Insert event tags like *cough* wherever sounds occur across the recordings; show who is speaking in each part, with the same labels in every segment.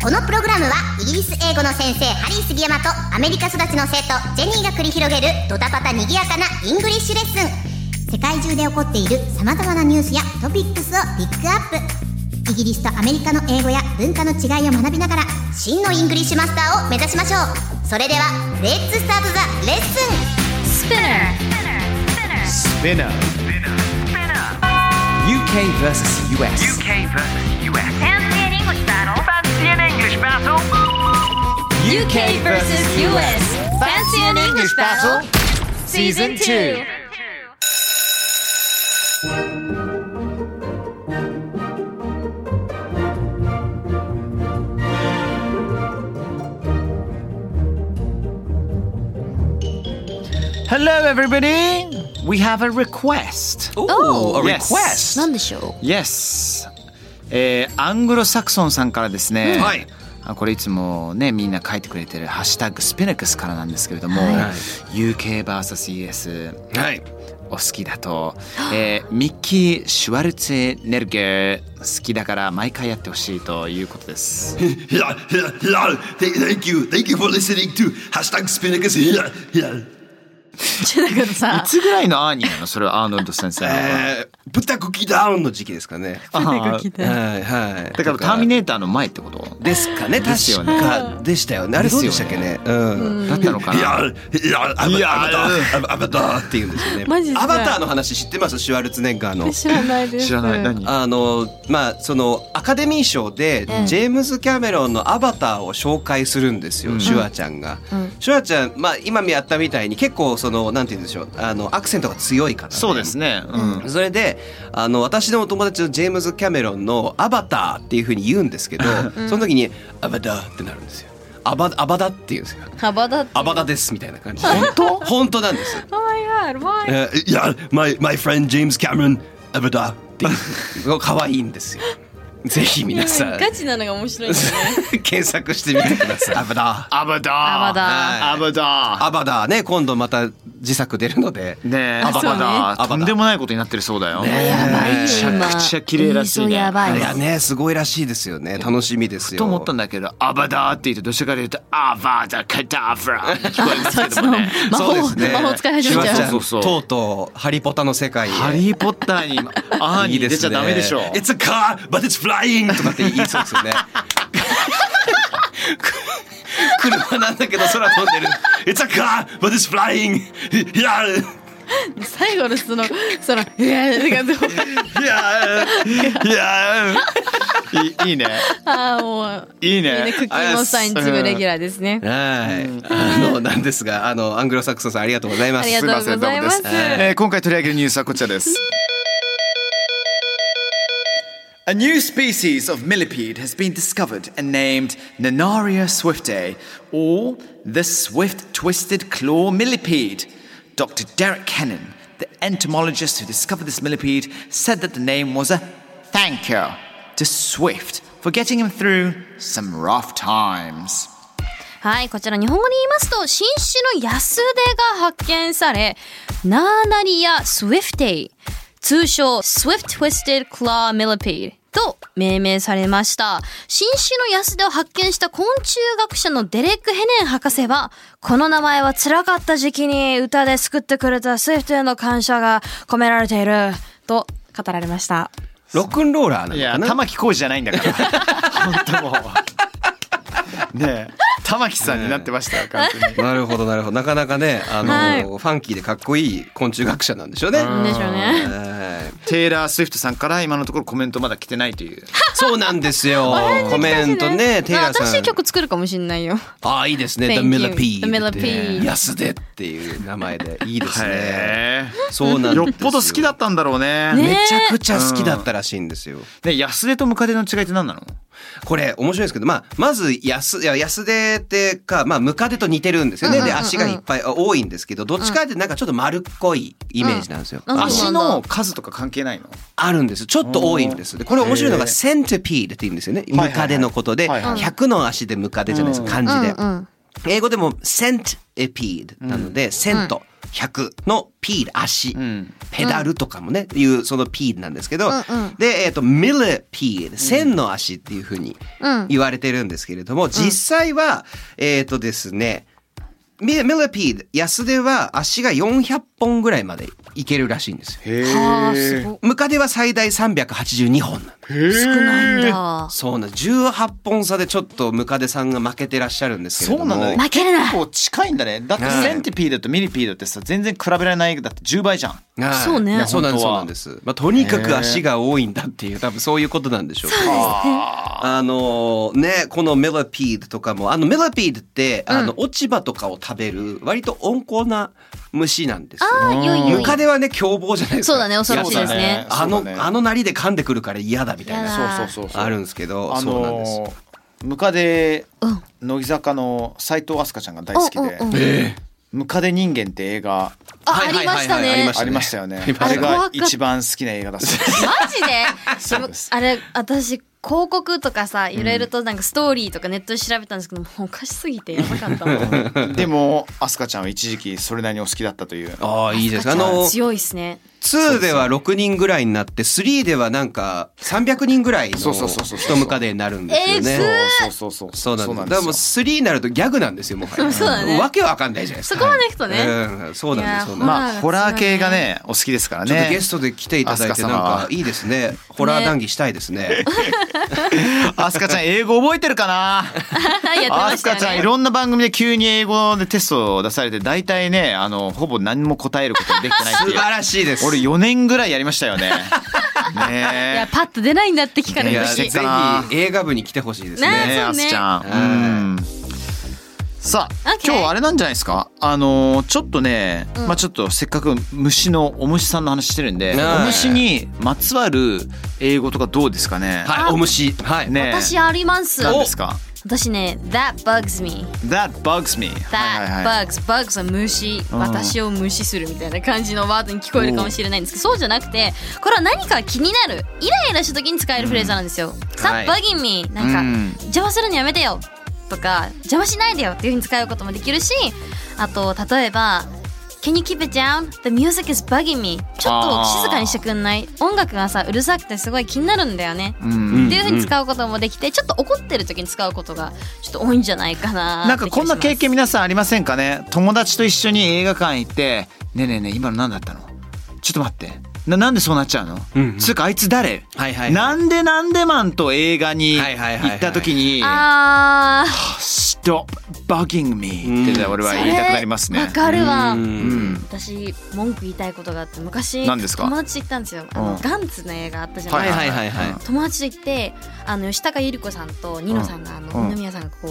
Speaker 1: このプログラムはイギリス英語の先生ハリー杉山とアメリカ育ちの生徒ジェニーが繰り広げるドタパタにぎやかなイングリッシュレッスン世界中で起こっている様々なニュースやトピックスをピックアップイギリスとアメリカの英語や文化の違いを学びながら真のイングリッシュマスターを目指しましょうそれではレッツスタートザレッスン
Speaker 2: Spinner. UK versus US.
Speaker 3: UK versus US. Fancy an English battle. Fancy an English battle. Fancy an English
Speaker 2: UK versus US.
Speaker 3: battle.
Speaker 2: Season 2.
Speaker 4: Hello, everybody. We have a request.
Speaker 2: Ooh,
Speaker 5: Oh.
Speaker 2: a
Speaker 4: Yes.
Speaker 2: request.
Speaker 5: 何でしょ
Speaker 4: Yes. Eh, えーアングロサクソンさんからですね、
Speaker 2: はい
Speaker 4: あこれいつもねみんな書いてくれてる「ハッシュタグスピナクス」からなんですけれども、UKVSUS
Speaker 2: はい。
Speaker 4: お好きだと、えーミッキー・シュワルツェネルゲー好きだから毎回やってほしいということです。
Speaker 6: *laughs* Yeah, yeah, yeah. Th- Thank you. Thank you for listening to hashtag Spinnakers. Yeah, yeah.
Speaker 4: いつぐらいのアーニーなのそれはアーノルド先生 *laughs* の。
Speaker 2: えー、豚クキダウンの時期ですかね。
Speaker 4: あー
Speaker 2: はいはい。
Speaker 4: だからターミネーターの前ってこと
Speaker 2: ですかね。
Speaker 4: ですよ
Speaker 2: 確
Speaker 4: ね
Speaker 2: かでしたよね。あれ
Speaker 4: です
Speaker 2: ど
Speaker 4: よね
Speaker 2: うでしたっけね。うん。
Speaker 4: だったのかな
Speaker 6: Yeah, yeah. I'm a- I'm a dog. I'm- I'm a dog.
Speaker 2: っていうんですよね。
Speaker 7: マジですか
Speaker 2: アバターの話知ってますシュワルツェネッガーの。
Speaker 7: 知らないです
Speaker 4: 知らない何
Speaker 2: あのまあそのアカデミー賞でジェームズ・キャメロンの「アバター」を紹介するんですよ、シュワちゃんが、シュワちゃん、まあ、今やったみたいに結構そのなんて言うんでしょうあのアクセントが強い方、
Speaker 4: そうですね。うん
Speaker 2: それであの私のお友達のジェームズ・キャメロンの「アバター」っていうふうに言うんですけど、その時に「アバター」ってなるんですよ。アバアバダって言うんですよ。
Speaker 7: 幅だって
Speaker 2: アバダですみたいな感じで。本当？本当なんです。
Speaker 7: Oh my god why
Speaker 6: Uh, yeah, my, my friend James Cameron. I'm a dog.
Speaker 2: すごい可愛いんです
Speaker 7: *laughs*
Speaker 2: よ。ぜひ皆さん
Speaker 7: ガチなのが面白いんだね
Speaker 2: *laughs* 検索してみてください。アバダ。
Speaker 4: アバダー
Speaker 5: アバダー
Speaker 4: アバダー
Speaker 2: アバダね、今度また自作出るので。
Speaker 4: ねえアバ
Speaker 7: そうね
Speaker 4: ダーとんでもないことになってるそうだよ。めちゃくちゃ綺麗らしい
Speaker 5: 映像
Speaker 4: ね。
Speaker 5: やば
Speaker 2: あ
Speaker 5: い
Speaker 2: れはね、すごいらしいですよね。楽しみですよ。
Speaker 4: と思ったんだけど、アバダーって言ってどちらかというとアバダカダフラに聞こえるんですけどもね。
Speaker 7: 魔法
Speaker 2: そうですね
Speaker 7: 魔法使い始めち
Speaker 2: シュワち
Speaker 7: ゃ
Speaker 2: ゃん
Speaker 7: う
Speaker 4: そうそう
Speaker 2: とうとう、ハリポタの世界へ。
Speaker 4: ハリーポッタ *laughs* ーにアーニー出ちゃダメでしょ。
Speaker 2: いいで
Speaker 6: It's a car, but it's flying.
Speaker 2: とかって言いそうですよね。 *laughs* 車なんだけど空飛んでる。
Speaker 6: *laughs* It's a car, but it's flying. *laughs* Yeah,
Speaker 7: 最後のそのそのいやーなんかどう
Speaker 6: yeah.
Speaker 4: いいいね。
Speaker 7: *laughs* あーもう
Speaker 4: いい
Speaker 7: いいね
Speaker 4: ね。
Speaker 7: クッキーモンスターに次ぐレギュラーですね
Speaker 2: はい。あの、なんですが、あの、アングロサクソンさんありがとうございま
Speaker 7: あ
Speaker 2: す。
Speaker 7: りがとうございます
Speaker 2: すいませんどうもです
Speaker 4: えー今回取り上げるニュースはこちらです。
Speaker 8: A new species of millipede has been discovered and named Nanaria swiftae, or the swift twisted claw millipede. Dr. Derek Cannon, the entomologist who discovered this millipede, said that the name was a thank you to Swift for getting him through some rough times.
Speaker 7: はいこちら日本語に言いますと新種のヤスデが発見されナーナリア・スウィフテイ通称 Swift Twisted Claw Millipede と命名されました新種のヤスデを発見した昆虫学者のデレック・ヘネン博士はこの名前は辛かった時期に歌で救ってくれたスウィフトへの感謝が込められていると語られました
Speaker 2: ロックンローラーなの
Speaker 4: い
Speaker 2: か
Speaker 4: や、
Speaker 2: な
Speaker 4: 玉木浩二じゃないんだから。 *laughs* 本当もう。ねえ、玉木さんになってましたよ、完 *laughs* 全に。
Speaker 2: なるほどなるほどなかなかねあの、
Speaker 7: はい
Speaker 2: ファンキーでかっこいい昆虫学者なんでしょうね。
Speaker 7: でしょうね
Speaker 2: はい
Speaker 4: テイラー・スウィフトさんから今のところコメントまだ来てないという。
Speaker 2: そうなんです
Speaker 7: *laughs*
Speaker 2: よ。コメントねテイラー
Speaker 7: 新
Speaker 2: さ
Speaker 7: しい
Speaker 2: ん。
Speaker 7: 曲作るかもしれないよ
Speaker 2: あいいですね。The
Speaker 7: Thank you
Speaker 2: Millipede。
Speaker 7: The Millipede
Speaker 2: 安でっていう名前でいいですね。
Speaker 4: へ
Speaker 2: そう
Speaker 4: え。
Speaker 2: なんです
Speaker 4: よっぽど好きだったんだろうね。
Speaker 2: めちゃくちゃ好きだったらしいんですよ。
Speaker 4: ね安出とムカデの違いって何なの
Speaker 2: これ面白いですけど、まあ、まず安、いや安手ってか、まあ、ムカデと似てるんですよね。で、足がいっぱいあ多いんですけど、どっちかってなんかちょっと丸っこいイメージなんですよ。
Speaker 7: うんうん
Speaker 2: 足
Speaker 4: 足の数とか関係ないの
Speaker 2: あるんです。ちょっと多いんです。で、これ面白いのが、センテピードって言うんですよね。
Speaker 8: はいはい
Speaker 2: ムカデのことで、
Speaker 8: はいはい
Speaker 2: 100の足でムカデじゃないですか、漢字で。英語でも、センテピードなので、セント。100のピード足、ペダルとかもね、いうそのピードなんですけど、で、えっ、と、ミルピード、千の足っていうふうに言われてるんですけれども、実際は、えっ、とですね、ミミルピード、安手は足が400本ぐらいまでいけるらしいんですよ。
Speaker 7: はあすごい
Speaker 2: ムカデは最大382本なんだ
Speaker 7: 少ないんだ
Speaker 2: そうなん18本差でちょっとムカデさんが負けてらっしゃるんですけ
Speaker 4: そ
Speaker 2: れど
Speaker 4: う
Speaker 2: も
Speaker 4: なの
Speaker 7: 負けるな
Speaker 4: 結構近いんだねだって
Speaker 2: はい
Speaker 4: センティピードとミリピードってさ全然比べられないだって10倍じゃん
Speaker 2: はい
Speaker 7: そうね
Speaker 2: そうなんですそうな
Speaker 4: 本
Speaker 2: んです、まあ、とにかく足が多いんだっていう多分そういうことなんでしょうけどあのーねこのメラピードとかもあのメラピードってあの落ち葉とかを食べる割と温厚な虫なんですよ
Speaker 7: あーよいよい
Speaker 2: ムカデはね凶暴じゃないですか
Speaker 7: そうだね恐ろしいですね
Speaker 2: あの
Speaker 4: そうだね
Speaker 2: あのなりで噛んでくるから嫌だみたい
Speaker 7: 嫌
Speaker 2: な
Speaker 7: だ
Speaker 4: そうそうそうそう
Speaker 2: あるんですけど、
Speaker 4: あ
Speaker 2: そうなんです
Speaker 4: のームカデ
Speaker 7: うん
Speaker 4: 乃木坂の斉藤飛鳥ちゃんが大好きで
Speaker 7: おおお
Speaker 4: ムカデ人間って映画
Speaker 7: あ
Speaker 2: はい
Speaker 7: あ
Speaker 2: は
Speaker 7: り
Speaker 2: いはい
Speaker 7: ました
Speaker 2: はいあり
Speaker 7: ね
Speaker 2: まし
Speaker 4: あ
Speaker 2: た
Speaker 4: りましたよね
Speaker 2: ありま
Speaker 4: あ
Speaker 2: し
Speaker 4: れ
Speaker 2: たね
Speaker 4: が一番好きな映画だそうです
Speaker 7: マジで *laughs*
Speaker 4: そうです
Speaker 7: あれ私広告とかさいろいろとなんかストーリーとかネットで調べたんですけどもうおかしすぎてやばかったも *laughs* ん
Speaker 2: *laughs*
Speaker 4: でも飛鳥ちゃんは一時期それなりにお好きだったという
Speaker 2: ああいいですねあのー
Speaker 7: 強いですね *laughs*
Speaker 2: 2では6人ぐらいになって3ではなんか300人ぐらいの
Speaker 4: そうそうそうそう
Speaker 2: 人ムカデになるんですよね。
Speaker 4: そうそうそう
Speaker 2: そうなんですだ
Speaker 4: で
Speaker 2: から
Speaker 4: す
Speaker 2: もう
Speaker 4: よ
Speaker 2: 3になるとギャグなんですよもはや
Speaker 7: そうだね
Speaker 2: わけわかんないじゃないです
Speaker 7: そ
Speaker 2: か
Speaker 7: こまで行くとね、
Speaker 2: うん、そうなんですそう
Speaker 7: いや
Speaker 2: なんです
Speaker 7: まあ
Speaker 4: まあホラー系がねお好きですから
Speaker 2: ちょっと
Speaker 4: ね
Speaker 2: ゲストで来ていただい
Speaker 4: 飛
Speaker 2: て
Speaker 4: 鳥
Speaker 2: なん
Speaker 4: 様は
Speaker 2: かいいですねホラー談義したいですね
Speaker 4: 飛鳥ちゃん英語覚えてるかな
Speaker 7: やってま
Speaker 4: 飛
Speaker 7: した
Speaker 4: 鳥
Speaker 7: よ
Speaker 4: ちゃんい
Speaker 7: ね
Speaker 4: ろんな番組で急に英語でテストを出されて大体ねあのほぼ何も答えることができてないって
Speaker 2: 素
Speaker 4: い
Speaker 2: 晴
Speaker 4: う
Speaker 2: らしいです
Speaker 4: 俺4年ぐらいやりました
Speaker 7: *laughs*
Speaker 4: よね
Speaker 7: い
Speaker 4: ね
Speaker 7: やパッと出ないんだって聞かれ
Speaker 2: い
Speaker 7: る
Speaker 2: や
Speaker 4: し
Speaker 7: 時
Speaker 4: て
Speaker 2: ぜ
Speaker 4: っ
Speaker 2: ひ
Speaker 4: かな
Speaker 2: 映画部に来てほしいです
Speaker 4: え
Speaker 2: ね
Speaker 7: ね
Speaker 4: ねえ
Speaker 7: そう
Speaker 4: 飛
Speaker 7: ね
Speaker 4: 鳥ちゃんうんさあ
Speaker 7: OK
Speaker 4: 今日あれなんじゃないですかあのーちょっとね、まあちょっとせっかく虫のお虫さんの話してるんで、
Speaker 2: ねえ
Speaker 4: お虫にまつわる英語とかどうですかね、
Speaker 2: はいお虫はい、
Speaker 4: ねえ
Speaker 7: 私あります
Speaker 4: 何ですか
Speaker 7: 私ね That bugs me
Speaker 4: That bugs me
Speaker 7: That bugs bugs は虫私を無視するみたいな感じのワードに聞こえるかもしれないんですけどそうじゃなくてこれは何か気になるイライラした時に使えるフレーズなんですよ Stop
Speaker 2: はい
Speaker 7: bugging me なん
Speaker 4: う
Speaker 7: か
Speaker 4: ん
Speaker 7: 邪魔するのやめてよとか邪魔しないでよっていうふうに使うこともできるしあと例えば Can you keep it down? The music is bugging me ちょっと静かにしてくんない音楽がさうるさくてすごい気になるんだよね
Speaker 4: うん
Speaker 7: っていうふうに使うこともできてちょっと怒ってる時に使うことがちょっと多いんじゃないかな
Speaker 4: なんかこんな経験
Speaker 7: み
Speaker 4: 皆さんありませんかね友達と一緒に映画館行って「ねえねえねえ今の何だったのちょっと待ってななんでそうなっちゃうの、
Speaker 2: うんうん
Speaker 4: つうかあいつ誰、
Speaker 2: はいはいはい
Speaker 4: なんでなんでマンと映画に
Speaker 2: はいはいはいはい
Speaker 4: 行った時に
Speaker 7: あー
Speaker 4: *laughs* 「Stop bugging me」って俺は言いたくなりますね
Speaker 7: わ。かるわ
Speaker 4: うん
Speaker 7: 私文句言いたいことがあって昔
Speaker 4: 何ですか
Speaker 7: 友達と行ったんですよあの、
Speaker 4: うん
Speaker 7: ガンツの映画あったじゃない
Speaker 2: は
Speaker 7: で
Speaker 2: い
Speaker 7: すか、
Speaker 2: はいはいはい
Speaker 7: 友達と行ってあの吉高由里子さんとニノさんが、あの
Speaker 4: うん
Speaker 7: 二宮さんがこ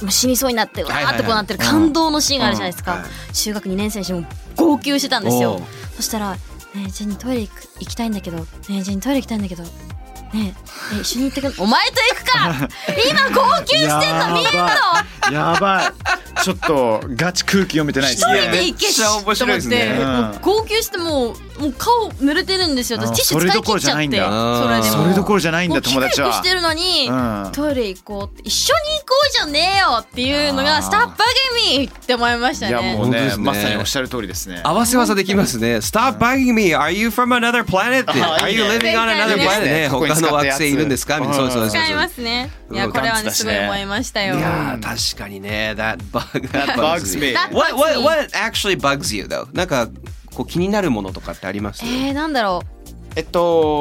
Speaker 7: うもう死にそうになってわ
Speaker 2: はいはいは
Speaker 7: ーっ
Speaker 2: い
Speaker 7: てこうなってる感動のシーンがあるじゃないですか、
Speaker 2: うんはい
Speaker 7: 中学2年生にしてもう号泣してたんです
Speaker 2: お
Speaker 7: よ
Speaker 2: う
Speaker 7: そしたら「ねえジェニートイレ行く行きたいんだけどねえジェニートイレ行きたいんだけどねえねえ一緒に行ってくんお前と行く
Speaker 4: *laughs*
Speaker 7: か今号泣してんの見えるの
Speaker 4: やばいちょっとガチ空気読めてないです
Speaker 7: 一人で
Speaker 4: ね。
Speaker 7: 行けし
Speaker 2: めっちゃ面
Speaker 7: と思
Speaker 2: 白い
Speaker 7: っ
Speaker 2: です
Speaker 7: て、
Speaker 2: ね
Speaker 7: もう号泣してもうもう顔濡れてるんですよ私
Speaker 4: あー
Speaker 7: ティッシュ使い切っ
Speaker 2: それ
Speaker 7: ちゃって
Speaker 2: どころじゃないんだ
Speaker 7: でも
Speaker 4: それどころじゃないんだ友達
Speaker 7: もう
Speaker 4: は
Speaker 7: キクリ。クしてるのに、
Speaker 4: うん
Speaker 7: トイレ行こうって一緒に行こうじゃねえよっていうの
Speaker 4: あ
Speaker 7: が
Speaker 4: ー
Speaker 7: スタッバゲミーって思いました
Speaker 4: いやも
Speaker 7: ね
Speaker 4: う
Speaker 2: 本当で
Speaker 4: ね
Speaker 2: すね
Speaker 4: まさにおっしゃる通りですね。
Speaker 2: 合わせ技できますね。Stop bugging me. Are you from another planet? って
Speaker 4: あ
Speaker 2: Are
Speaker 4: いい
Speaker 2: you
Speaker 4: ね
Speaker 2: living on
Speaker 7: い
Speaker 2: another
Speaker 7: いね
Speaker 2: planet? ね
Speaker 4: ここに
Speaker 2: 他
Speaker 4: 使ったやつ
Speaker 2: の惑星いるんですかみたいな。そうそうそうそう。
Speaker 7: 使いますねいや
Speaker 4: うん
Speaker 7: これは
Speaker 4: ガンツ
Speaker 7: ね
Speaker 4: だし
Speaker 7: す
Speaker 4: ね
Speaker 7: ごい思いましたよ
Speaker 2: いやー確かにね。That bug. That
Speaker 4: bugs
Speaker 2: bugs
Speaker 4: me
Speaker 2: me.
Speaker 7: That
Speaker 2: What
Speaker 7: bugs
Speaker 2: what
Speaker 7: me.
Speaker 2: what actually bugs you though? なんかこう気になるものとかってあります
Speaker 7: えー、なんだろ
Speaker 4: えっ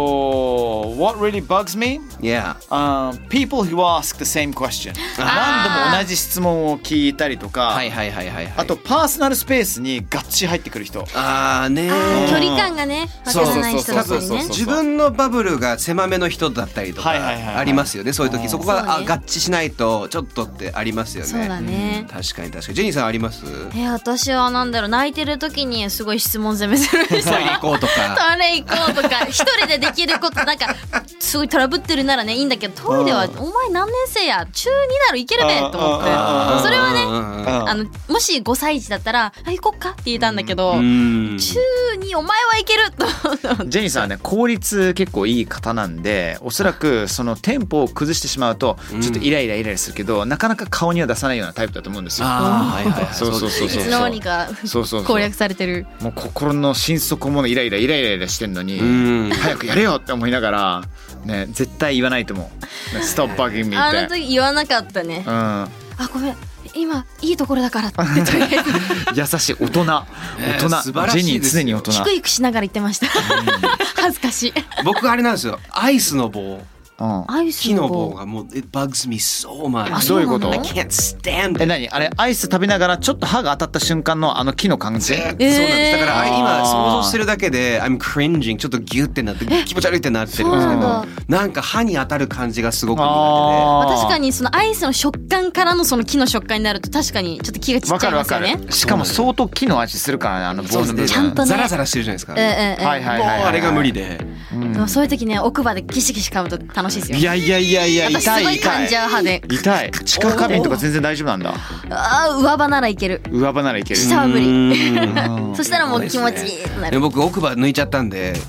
Speaker 4: と What really bugs me?
Speaker 2: Yeah.
Speaker 4: Um, people who ask the same question 何度も同じ質問を聞いたりとか、
Speaker 2: はいはいはいはいはい。
Speaker 4: あとパーソナルスペースにがっちり入ってくる人
Speaker 2: あーね
Speaker 7: うあ
Speaker 2: ー
Speaker 7: ー距離感がねわ
Speaker 4: そう
Speaker 7: からない人だったり
Speaker 4: そうそう
Speaker 7: ね
Speaker 4: そう
Speaker 2: 自分のバブルが狭めの人だったりとか
Speaker 4: はいはいはいはい
Speaker 2: ありますよね。そういう時そこ
Speaker 7: そうね
Speaker 2: があ合致しないとちょっとってありますよね。
Speaker 7: そうだね
Speaker 2: 確かに確かに。ジェニーさんあり
Speaker 7: *laughs*
Speaker 2: ます？
Speaker 7: えー、私はなんだろう泣いてる時にすごい質問攻めする人 *laughs*
Speaker 2: トイレ行こうとか。
Speaker 4: *laughs*
Speaker 7: トイレ行こうとか一人でできることなんかすごいトラブってるならねいいんだけどトイレは「お前何年生や中になるいけるべ」と思って
Speaker 8: あ
Speaker 7: それはね
Speaker 2: ね
Speaker 8: あ
Speaker 7: あのもし5歳児だったら「あ行こっか」って言えたんだけど
Speaker 2: うん
Speaker 7: 中にお前はいけると
Speaker 4: ジェニーさんはね効率結構いい方なんでおそらくそのテンポを崩してしまうとちょっとイライライライラするけど、なかなか顔には出さないようなタイプだと思うんですよ。
Speaker 2: ああはいはいはい
Speaker 4: そうそうそう
Speaker 7: い
Speaker 4: そう
Speaker 7: つの間にか
Speaker 4: そうそうそう
Speaker 7: 攻略されてる
Speaker 4: もう心の心底ものイライライライライラしてんのに、
Speaker 2: うん
Speaker 4: 早くやれよって思いながら、ね、絶対言わないと思う。Stop bugging me
Speaker 7: あ
Speaker 4: っ
Speaker 7: の
Speaker 4: て。
Speaker 7: 時言わなかったね
Speaker 4: うん、
Speaker 7: あごめん今いいところだからってとりあえず
Speaker 4: 優しい大人大
Speaker 2: え
Speaker 4: 人、
Speaker 2: 素晴らしい
Speaker 4: ジェニー
Speaker 2: ですよ
Speaker 4: 常に大人
Speaker 7: ひくひくしながら言ってました恥ずかしい
Speaker 2: 僕あれなんですよアイスの棒
Speaker 4: うん、
Speaker 7: アイス
Speaker 2: 木の
Speaker 7: の
Speaker 2: 棒
Speaker 7: 棒
Speaker 2: がもう it bugs me so much
Speaker 4: どういうこと
Speaker 2: I can't stand
Speaker 4: え
Speaker 2: it
Speaker 4: 何あれアイス食べながらちょっと歯が当たった瞬間のあの木の感じ
Speaker 2: そうなんですだからあ
Speaker 4: あ
Speaker 2: 今
Speaker 4: ー
Speaker 2: 想像してるだけで I'm cringing ちょっとギュってなって気持ち悪いってなってるんですけど
Speaker 7: そうな
Speaker 2: なんんか歯に当たる感じがすごく苦
Speaker 4: あー
Speaker 7: 確かにそのアイスの食感からのその木の食感になると確かにちょっと気がちっ
Speaker 4: わ
Speaker 7: ち
Speaker 4: か
Speaker 7: ゃい
Speaker 4: るわ
Speaker 7: ます
Speaker 4: か
Speaker 7: よね
Speaker 4: るしかも相当木の味するからねあの棒の部
Speaker 2: 手で
Speaker 4: 分
Speaker 2: ち
Speaker 7: ゃんとね
Speaker 2: ザラザラしてるじゃないですか
Speaker 7: ええええ
Speaker 4: はいはいはいはい
Speaker 2: あれが無理で
Speaker 7: でもそういう時ね奥歯でギシギシ噛むと楽しいですよ
Speaker 4: いやいやいやいや
Speaker 7: 私すご
Speaker 4: 痛
Speaker 7: い
Speaker 4: い
Speaker 7: 噛
Speaker 4: 痛
Speaker 7: んじ
Speaker 4: い
Speaker 7: ゃう歯で
Speaker 4: 痛い地下花瓶とか全然大丈夫なんだ
Speaker 7: あー上歯ならいける
Speaker 4: 上歯ならいける
Speaker 7: 下は無理
Speaker 2: うん
Speaker 7: そしたらもう気持ちいいってな
Speaker 2: で
Speaker 7: る
Speaker 2: も僕奥歯抜いちゃったんで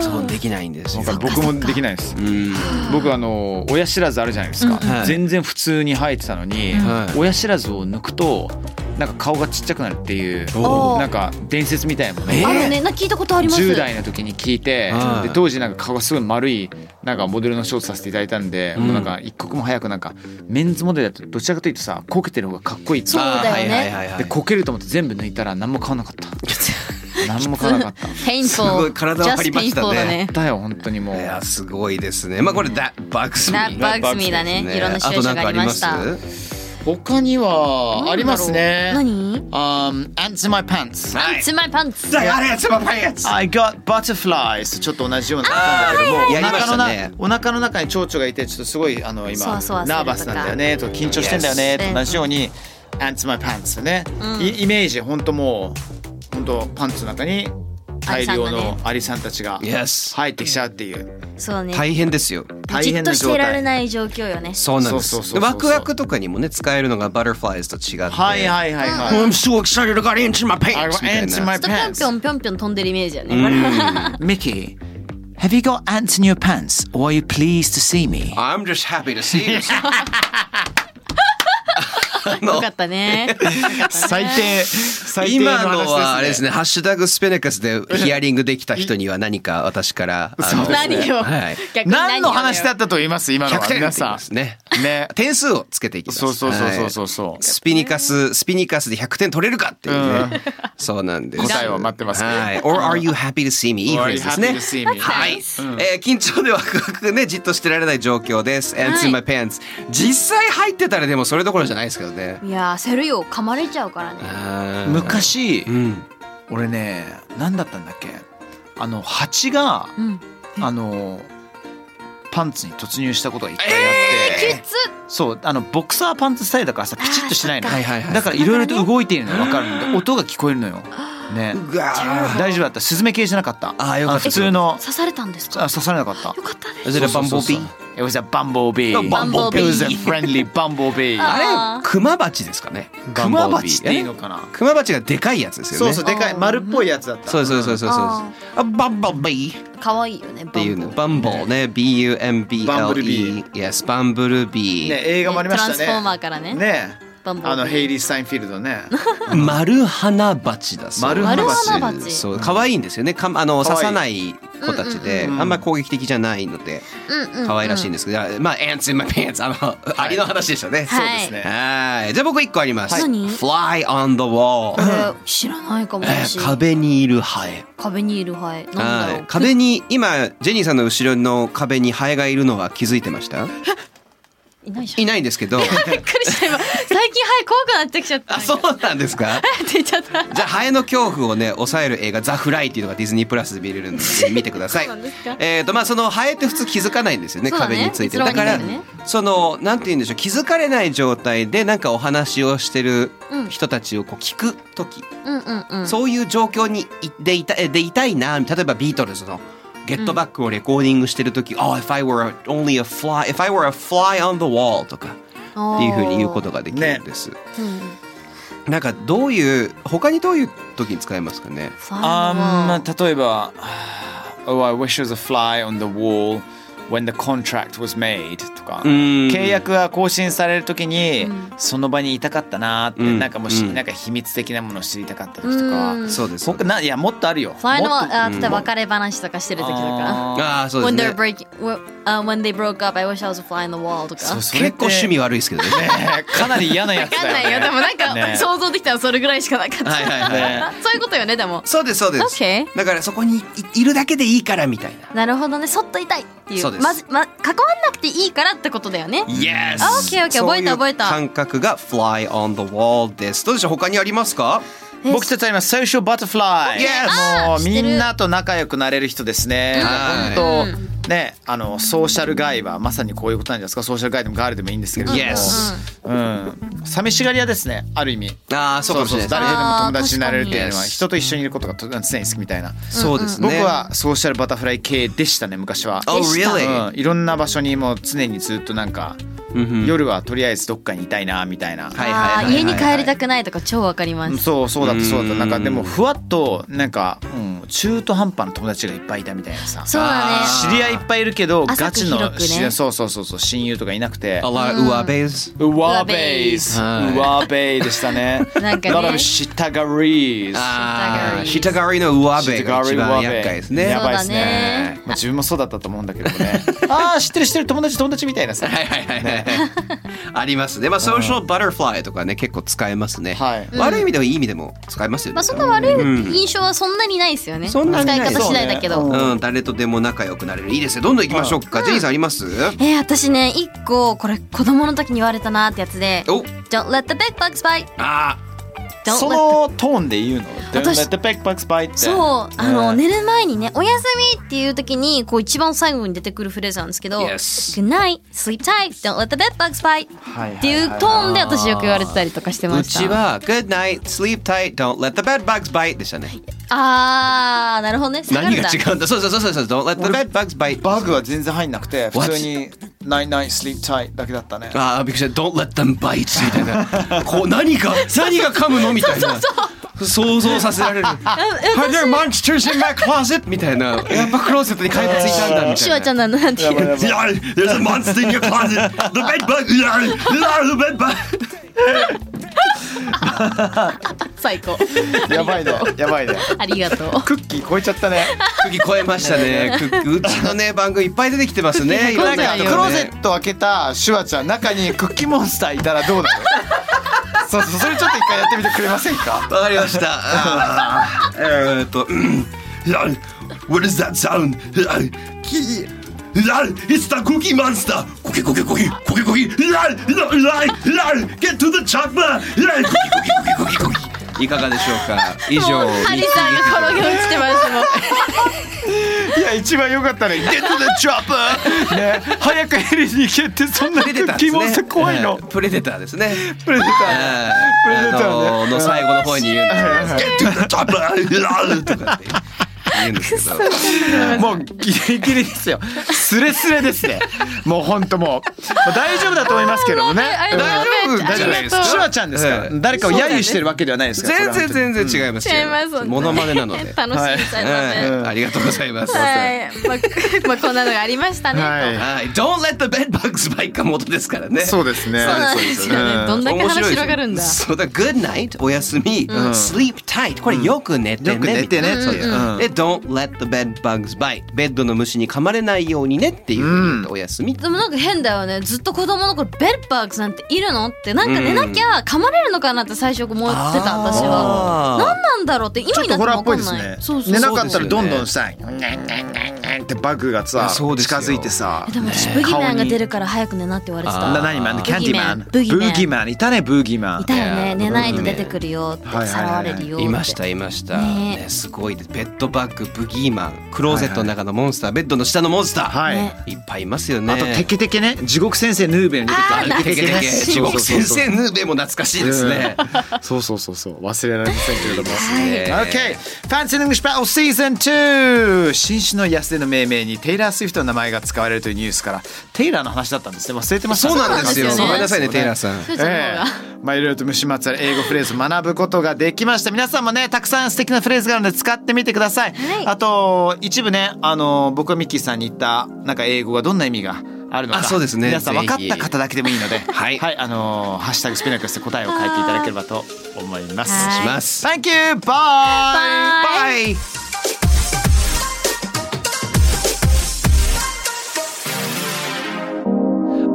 Speaker 2: そうできないんですよ
Speaker 4: なんか僕もできないです
Speaker 2: うん
Speaker 4: 僕あの親知らずあるじゃないですか、
Speaker 2: はい
Speaker 4: 全然普通に生えてたのに、
Speaker 2: はい
Speaker 4: 親知らずを抜くとなんか顔がちっちゃくなるっていう
Speaker 2: お
Speaker 7: ー
Speaker 4: なんか伝説みたいなもの
Speaker 2: え
Speaker 7: あのねな聞いたことあります
Speaker 4: 10代の時に聞いて、
Speaker 2: はい
Speaker 4: で当時なんか顔がすごい丸いなんかモデルのショートさせていただいたんで、
Speaker 2: うん
Speaker 4: もうなんか一刻も早くなんかメンズモデルだとどちらかというとさこけてる方がかっこいいって
Speaker 7: そうだよ
Speaker 2: あ
Speaker 7: ね
Speaker 2: ーはいはいはいはい
Speaker 4: でこけると思って全部抜いたら何も買わなかった
Speaker 2: *laughs*
Speaker 4: 何も買わなか
Speaker 7: *laughs*
Speaker 4: った
Speaker 7: ペイン
Speaker 2: すごい体は張りましたね
Speaker 4: だよ本当にもう
Speaker 2: いやすごいですねまあこれ That bugs me
Speaker 7: That bugs me だねいろんなシチュエーションがありました
Speaker 2: あとなんかあります
Speaker 4: 他にはありますね
Speaker 7: 何
Speaker 4: Um, ants in my pants
Speaker 2: はい
Speaker 7: つまりパンツ。
Speaker 2: あれやつばパイやつ
Speaker 4: I got butterflies ちょっと同じようなやつなんだけども、
Speaker 2: あーはいはい
Speaker 4: お腹のな
Speaker 2: やりましたね
Speaker 4: お腹の中に蝶々がいてちょっとすごいあの今
Speaker 7: そわそわするとか
Speaker 4: ナーバスなんだよねと緊張してんだよね
Speaker 7: Yes
Speaker 4: と同じように Ants in my pants ね、
Speaker 7: うん
Speaker 4: いイメージ本当もう本当パンツの中に大量のアリさんたちが
Speaker 2: Yes
Speaker 4: 入ってきちゃうっていう
Speaker 7: そうね。
Speaker 2: 大変ですよ
Speaker 4: 大
Speaker 7: じ
Speaker 4: 変
Speaker 7: っと
Speaker 4: な
Speaker 7: して
Speaker 4: 状
Speaker 7: いられ
Speaker 4: 態
Speaker 7: ない状況よね。
Speaker 2: そうなん
Speaker 4: そ
Speaker 2: で
Speaker 4: う
Speaker 2: す
Speaker 4: そうそうそう
Speaker 2: でワクワクとかにもね使えるのが Butterflies と違って
Speaker 4: はいはいはいはい、
Speaker 2: I'm so excited I got ants in my pants みたい
Speaker 4: ants in my
Speaker 2: な
Speaker 7: ずっとぴょんぴょんぴょんぴょん飛んでるイメージよね。
Speaker 4: Mickey Have you got ants in your pants or are you pleased to see
Speaker 2: *laughs*
Speaker 4: me?
Speaker 2: I'm just happy to see you
Speaker 7: よかったね。
Speaker 4: 最低最低の
Speaker 2: *laughs* 今
Speaker 4: 話ですね
Speaker 2: のはあれですね、ハッシュタグスペネカスでヒアリングできた人には何か私から、あ
Speaker 7: *laughs*
Speaker 2: の
Speaker 7: 何を
Speaker 2: はい。
Speaker 7: 逆に
Speaker 4: 何の
Speaker 7: を
Speaker 4: 話だったと言います今の
Speaker 2: 100
Speaker 4: は
Speaker 2: 点
Speaker 4: 皆
Speaker 2: って言
Speaker 4: さ
Speaker 2: いますね。
Speaker 4: んね
Speaker 2: 点数をつけていきます。
Speaker 4: そうそうそうそうそう
Speaker 2: はい
Speaker 4: そう、
Speaker 2: スピニカス、スピニカスで100点取れるかっていうね。そうなんです。
Speaker 4: 答えを待ってます
Speaker 2: はい。Or are you happy to see me? いいフ
Speaker 4: Or
Speaker 2: レ
Speaker 4: are
Speaker 2: ー
Speaker 4: you
Speaker 2: ズです
Speaker 4: happy to see
Speaker 2: ね。
Speaker 4: me?
Speaker 2: はい、えー緊張でワクワクねじっとしてられない状況です。Ants in my pants。実際入ってたらでもそれどころじゃないですけどね。
Speaker 7: いやー、セルよ、噛まれちゃうからね。
Speaker 4: 昔、
Speaker 2: うん。
Speaker 4: 俺ね何だったんだっけあの蜂が、
Speaker 7: ん
Speaker 4: あのパンツに突入したことが一回あって、
Speaker 7: きつ
Speaker 4: そうあのボクサーパンツスタイルだからさピチッとしないの
Speaker 2: あーそっかはいはいはい
Speaker 4: だからいろいろと動いているのが分かるんで、音が聞こえるのよ。ね
Speaker 2: うわー
Speaker 4: 大丈夫だったスズメ系じゃなかった
Speaker 2: あーよかった
Speaker 4: の普通の
Speaker 7: 刺されたんです
Speaker 4: あ刺
Speaker 7: か
Speaker 4: されなかった
Speaker 7: よかったです。
Speaker 2: それバンボビー
Speaker 4: It was a bumblebee.
Speaker 2: A bumblebee.
Speaker 4: It was a friendly *laughs* bumblebee.
Speaker 2: あれクマバチですかね。クマバチっていいの
Speaker 4: かな
Speaker 2: クマバチがでかいやつですよ
Speaker 4: そ
Speaker 2: ね。
Speaker 4: うそうでかい丸っぽいやつだった
Speaker 2: そうそうそうそうそう
Speaker 7: あ
Speaker 2: あバンボビーっ
Speaker 7: 可愛いよね。って
Speaker 2: いうの。バンボーね B U M B
Speaker 4: バンブ
Speaker 2: L
Speaker 4: ルビ
Speaker 2: E Yes バンブルビ
Speaker 4: ね
Speaker 2: ー。
Speaker 4: 映画もありましたね
Speaker 7: トランスフォーマーからね
Speaker 4: ね
Speaker 7: バンボービー
Speaker 4: あのヘイリー・スタインフィールドね
Speaker 2: マルハナバチだそう。
Speaker 4: 丸花鉢
Speaker 7: 丸花鉢
Speaker 2: そう可愛いんですよね。かあの
Speaker 4: 可愛い
Speaker 2: 刺さない子たちで、あんまり攻撃的じゃないので可愛らしいんですけど、まあ ants in my pants あの、アリの話でしたね。
Speaker 7: はいそうです
Speaker 4: ね
Speaker 2: はい。じゃあ僕一個あります。
Speaker 7: はい何
Speaker 2: Fly on the wall
Speaker 7: こ。れ知らないかも
Speaker 2: え
Speaker 7: し
Speaker 2: ー。壁にいるハエ。
Speaker 7: 壁にいるハエ。なんだ
Speaker 2: は
Speaker 7: ろ。
Speaker 2: いう壁に今ジェニーさんの後ろの壁にハエがいるのは気づいてました
Speaker 7: いないじゃん。
Speaker 2: いないんですけど
Speaker 7: びっくりした今。最近ハエ怖くなってきちゃった。
Speaker 2: あそうなんですか
Speaker 7: って言っちゃった。
Speaker 2: じゃあハエの恐怖をね抑える映画「ザ・フライ」っていうのがディズニープラスで見れるんでぜひ見てください
Speaker 7: そうなんですか
Speaker 2: えっとまあそのハエって普通気づかないんですよね
Speaker 7: そうだね
Speaker 2: 壁について
Speaker 7: いつの間
Speaker 2: だ
Speaker 7: にか
Speaker 2: から
Speaker 7: ね
Speaker 2: そのなんて言うんでしょう気づかれない状態でなんかお話をしてる
Speaker 7: うん
Speaker 2: 人たちをこう聞く時
Speaker 7: うんうんうん。
Speaker 2: そういう状況にいでいたでいたいな例えばビートルズの
Speaker 6: ゲットバックをレコーディングしてる時、oh if I were only a fly if I were a fly on the wall とかっていうふうに言うことができるんです、なんかどういう他にどういう時に使えますかね
Speaker 4: あん例えば「Oh, I wish I was a fly on the wall when the contract was made」とか
Speaker 6: ん
Speaker 4: 契約が更新される時にその場にいたかったなーって
Speaker 6: ん
Speaker 4: なんかもし
Speaker 6: うん
Speaker 4: なんか秘密的なものを知りたかった時とか
Speaker 6: そうです
Speaker 4: 僕ないやもっとあるよ
Speaker 7: ファイナル
Speaker 4: もっと
Speaker 7: は、あ例えば別れ話とかしてる時とか。
Speaker 4: あ
Speaker 6: ああそう
Speaker 7: When
Speaker 6: で
Speaker 7: they're
Speaker 6: すね
Speaker 7: breaking, w- uh, when they broke up, I wish I was a fly in the wall とか。
Speaker 4: ーそうそれって
Speaker 6: 結構趣味悪いですけどね
Speaker 4: ねかなり嫌なやつ
Speaker 7: わかん
Speaker 4: だ
Speaker 7: ないよ。
Speaker 4: よ
Speaker 7: で
Speaker 4: ね
Speaker 7: もなんか、
Speaker 4: ね
Speaker 7: 想像できたらそれぐらいしかなかった。
Speaker 6: *laughs* はいはいはい
Speaker 7: そういうことよね、でも。
Speaker 6: *laughs* そうですそうです
Speaker 7: Okay
Speaker 6: だからそこにいいるだけでいいからみたいな
Speaker 7: なるほどね、そっといたいっていう。
Speaker 6: そうです
Speaker 7: まず、ま、関わんなくていいからってことだよね。
Speaker 4: Yes
Speaker 7: あ、オッケーオッケー、覚えた
Speaker 6: そう
Speaker 7: 覚
Speaker 6: い
Speaker 7: え
Speaker 6: う
Speaker 7: た。
Speaker 6: 感覚が fly on the wall ですどうでしょう他にありますか
Speaker 4: 僕たちは今ソーシャルバタフライ
Speaker 6: Yes
Speaker 4: もう
Speaker 7: 知って
Speaker 4: み
Speaker 7: る
Speaker 4: んなと仲良くなれる人ですね
Speaker 6: はい
Speaker 4: 本当ねあのソーシャルガイはまさにこういうことなんじゃないですかソーシャルガイでもガールでもいいんですけれども
Speaker 6: Yes
Speaker 4: うん寂しがり屋ですねある意味
Speaker 6: ああそうかもしれないです
Speaker 4: 誰
Speaker 6: ね
Speaker 4: とでも友達になれるっていうの
Speaker 6: あー確か
Speaker 4: は
Speaker 6: に
Speaker 4: 人と一緒にいることがと常に好きみたいな
Speaker 6: そうですね
Speaker 4: 僕はソーシャルバタフライ系でしたね昔は
Speaker 6: Oh
Speaker 4: う
Speaker 6: really?
Speaker 4: んいろんな場所にもう常にずっとなんか夜はとりあえずどっかにいたいなみたいな
Speaker 6: はい
Speaker 7: あ
Speaker 6: はいはいは
Speaker 7: ー
Speaker 6: い
Speaker 7: 家に帰りたくないとか超わかります。
Speaker 4: そうそうだったそうだっ
Speaker 6: う
Speaker 4: た
Speaker 6: ん
Speaker 4: なんかでもふわっとなんか、うん、中途半端な友達がいっぱいいたみたいなさ
Speaker 7: そうだね。
Speaker 6: あ
Speaker 4: 知り合いいっぱいいるけど
Speaker 7: 浅く
Speaker 4: ガチの、
Speaker 7: 広くね
Speaker 4: 知り合いそうそうそうそう親友とかいなくて
Speaker 6: A lot of uabes
Speaker 4: うわべいすう
Speaker 6: はい
Speaker 4: わべいでしたね
Speaker 6: *laughs*
Speaker 7: なんかね
Speaker 4: lot of 知ったがりーす
Speaker 6: ああ
Speaker 7: ひ
Speaker 6: ひたがりの上
Speaker 4: 知っ
Speaker 6: 辺
Speaker 4: たが
Speaker 6: が
Speaker 4: り
Speaker 6: 一
Speaker 4: の
Speaker 6: 番
Speaker 4: わべ
Speaker 6: 厄介ですね
Speaker 4: やばいですね
Speaker 7: そうだ
Speaker 4: まあ、自分もそうだったと思うんだけどね *laughs* ああ知ってる知ってる友達友達みたいなさ
Speaker 6: はいはいはいはい *laughs* ありますねまあソーシャルバタフライとかね結構使えますね
Speaker 4: はい
Speaker 6: 悪い意味でもいい意味でも使えますよね
Speaker 7: まあそんな悪い印象はそんなにないですよね。
Speaker 6: そんなにない
Speaker 7: 使い方次第だけど。
Speaker 6: うん誰とでも仲良くなれるいいですよどんどん行きましょうかジェニーさんあります
Speaker 7: えー、私ね一個これ子供の時に言われたなってやつで
Speaker 6: お
Speaker 7: Don't let the big bugs bite
Speaker 6: あ
Speaker 7: Don't
Speaker 4: そ
Speaker 7: let
Speaker 4: のトーンで言うの「Don't
Speaker 7: 私
Speaker 4: let the backpacks bite」って
Speaker 7: the... そうあの、
Speaker 4: ね
Speaker 7: 寝る前にねおやすみっていう時にこう一番最後に出てくるフレーズなんですけど
Speaker 6: Yes
Speaker 7: Good night sleep tight Don't let the big bugs bite
Speaker 4: はいはいはい
Speaker 7: っていうトーンで私よく言われてたりとかして
Speaker 6: あ
Speaker 7: ま
Speaker 6: う
Speaker 7: した
Speaker 6: ちは Good night sleep tight don't let the bed bugs bite でしたね
Speaker 7: あーなるほどね下が
Speaker 6: 何
Speaker 7: るん
Speaker 6: が
Speaker 7: だ
Speaker 6: 違うんだそうそうそうそうそう Don't let the bed bugs bite
Speaker 4: バグは全然入んなくて普通に「ナイナイスリープタイ」だけだったね
Speaker 6: ああびっくりした「Don't let them bite」みたい *laughs* なこう何か何が噛むのみたいな想像させられる「Are there monsters in my closet」みたいなやっぱクローゼットに怪物いたんだみたいな
Speaker 7: シュワちゃんなのなんていう
Speaker 9: Yeah, there's a monster in your closet. The bed bug. Yeah, yeah, the bed bug.
Speaker 7: 最高
Speaker 4: やばいね *laughs* やばいね
Speaker 7: ありがとう
Speaker 4: クッキー超えちゃったね
Speaker 6: クッキー超えましたねクッキーうちのね番組いっぱい出てきてま
Speaker 4: *laughs*
Speaker 6: すねいろんな
Speaker 4: ク
Speaker 6: 人
Speaker 4: ロ
Speaker 6: が
Speaker 4: ーゼ
Speaker 6: ね
Speaker 4: ット開けたシュワちゃん中にクッキーモンスターいたらどうなの *laughs* そうそうそれちょっと一回やってみてくれませんか
Speaker 6: わかりましたあーえーっとうん
Speaker 9: Yeah, what is that sound? Yeah, key. Yeah, it's the cookie monster. Cookie, cookie, cookie, cookie, cookie. Yeah, yeah, yeah, yeah. Get to the chopper. Yeah, cookie, cookie, cookie, cookie, cookie.
Speaker 6: いかがでしょうか以
Speaker 7: も
Speaker 6: 上
Speaker 7: うハリさんが転げ落ちてましたもう
Speaker 4: いや一番良かったね「Get to the chopper」ね早くヘリに行けってそんなク
Speaker 6: プレデタ
Speaker 4: ッ
Speaker 6: ー
Speaker 4: キーモン
Speaker 6: で
Speaker 4: ス
Speaker 6: す
Speaker 4: ター
Speaker 6: ね
Speaker 4: 怖いの
Speaker 6: えープレデターですね
Speaker 4: プレゼンター
Speaker 6: *laughs*
Speaker 4: ねプレデ
Speaker 6: あ
Speaker 4: ター
Speaker 6: の
Speaker 4: ね
Speaker 6: の最後の方に言うんです
Speaker 9: Get to the chopper. Yeah.
Speaker 6: とかって言うんですけど
Speaker 4: もうギリギリですよ。スレスレですね。もう本当もう大丈夫だと思いますけどもね。
Speaker 7: あ
Speaker 4: う
Speaker 7: ー
Speaker 4: ん
Speaker 7: もう
Speaker 4: 大丈夫
Speaker 7: ありがとう
Speaker 4: 大丈夫
Speaker 6: あり
Speaker 4: で
Speaker 6: が
Speaker 4: す
Speaker 6: と。う
Speaker 4: シュワちゃんですから
Speaker 6: ええ
Speaker 4: 誰かを揶揄してるわけではないですから。
Speaker 6: 全然
Speaker 4: 然。
Speaker 6: 全然違います
Speaker 7: 違います本当に
Speaker 6: モノマネなので
Speaker 7: 楽しいですよね
Speaker 6: うんありがとうございます
Speaker 7: はい、まあ、まあこんなのがありましたね。
Speaker 4: はい。
Speaker 6: はい Don't let the bed bugs bite が元ですからね
Speaker 4: そうですね。
Speaker 7: そうなんですよね。どんだけ
Speaker 6: 面
Speaker 7: 話
Speaker 6: 白いですね
Speaker 7: 広がるんだ。
Speaker 6: そうだ Good night おやすみ、Sleep tight これよく寝てね、
Speaker 4: よく寝てねっていううん
Speaker 6: で Don't let the bed bugs bite ベッドの虫に噛まれないようにねっていうふうに言っておやすみ、
Speaker 7: でもなんか変だよね。ずっと子供の頃ベルバーグなんているのってなんか寝なきゃ噛まれるのかなって最初思ってた私
Speaker 6: あ
Speaker 7: は。
Speaker 6: ー
Speaker 7: 何なんだろうって今
Speaker 4: ちょっ
Speaker 7: にな
Speaker 4: とホ
Speaker 7: っても
Speaker 4: ラー
Speaker 7: わ
Speaker 4: っぽ
Speaker 7: か
Speaker 4: い
Speaker 7: ん
Speaker 4: です
Speaker 7: な
Speaker 4: ね。。
Speaker 7: いそうそう
Speaker 4: 寝
Speaker 7: そ
Speaker 4: な
Speaker 7: う。
Speaker 4: かったらどんどんさ、ニャンニャンニャンニャンってバグがさ近
Speaker 6: そうですよ
Speaker 4: づいてさ。
Speaker 7: でも私ブギマンが出るから早く寝なって言われて
Speaker 4: な
Speaker 7: た。
Speaker 4: 何マンキャンディマン。
Speaker 7: ブギマン
Speaker 4: ブギマンいたねブギマン
Speaker 7: い。たよね。寝ないと
Speaker 6: ブギマ
Speaker 7: 出
Speaker 6: ン
Speaker 7: てくるよって
Speaker 4: はいはいはい
Speaker 7: さらわれるよって。
Speaker 6: いましたいました、
Speaker 7: ね
Speaker 6: ねすごいですベッドバッグブギーマンクローゼットの中のモンスター、ベッドの下のモンスター、
Speaker 4: はい。
Speaker 6: い、っぱいいますよね
Speaker 4: あとテケテケね地獄先生ヌーベルに出て
Speaker 7: あー
Speaker 4: きた
Speaker 6: テケテケ中国先生
Speaker 4: ね
Speaker 6: ヌーベも懐かしいですね、
Speaker 4: *laughs* そうそうそうそう忘れられませんけれども
Speaker 6: ね
Speaker 4: OK Fancy English Battle Season 2新種の安手の命名にテイラー・スウィフトの名前が使われるというニュースからテイラーの話だったんですね忘れてました
Speaker 2: そうなんですよ
Speaker 7: そうな
Speaker 2: ごめ
Speaker 7: んですよね
Speaker 2: んなさいねテイラーさん
Speaker 7: そうですよ
Speaker 4: ええまあいろいろと虫まつわる英語フレーズ学ぶことができました皆さんもねたくさん素敵なフレーズがあるので使ってみてください、
Speaker 7: はい
Speaker 4: あと一部ねあの僕はミッキーさんに言ったなんか英語がどんな意味があるのか
Speaker 2: あそうですね
Speaker 4: 皆さん
Speaker 2: ぜ
Speaker 4: 分
Speaker 2: ひ
Speaker 4: かった方だけでもいいので
Speaker 2: はい
Speaker 4: あのーハッシュタグスピナックスで答えを書いていただければと思います
Speaker 2: します。
Speaker 4: Thank you! Bye!
Speaker 2: バイ。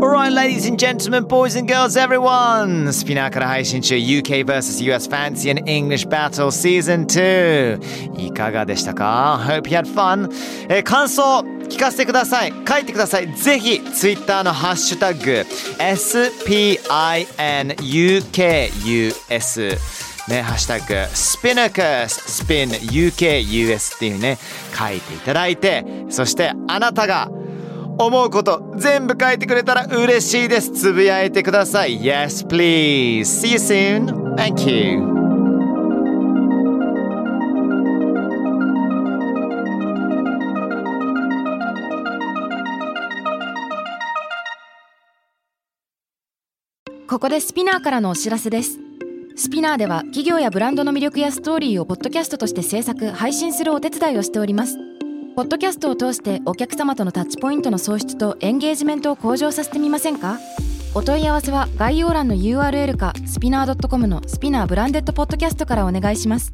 Speaker 4: Alright, ladies and gentlemen, boys and girls, everyone! スピナーから配信中 UK vs.US Fancy and English Battle Season 2! いかがでしたか ?Hope you had fun! えー感想聞かせてください書いてくださいぜひ Twitter のハッシュタグ SPINUKUS ね、ハッシュタグ、スピナカス、スピン UKUS っていうね、書いていただいて、そしてあなたが思うこと全部書いてくれたら嬉しいです。つぶやいてください。Yes, please. See you soon. Thank you.
Speaker 5: ここでスピナーからのお知らせですスピナーでは企業やブランドの魅力やストーリーをポッドキャストとして制作配信するお手伝いをしておりますポッドキャストを通してお客様とのタッチポイントの創出とエンゲージメントを向上させてみませんかお問い合わせは概要欄の URL かスピナー .com のスピナーブランデッドポッドキャストからお願いします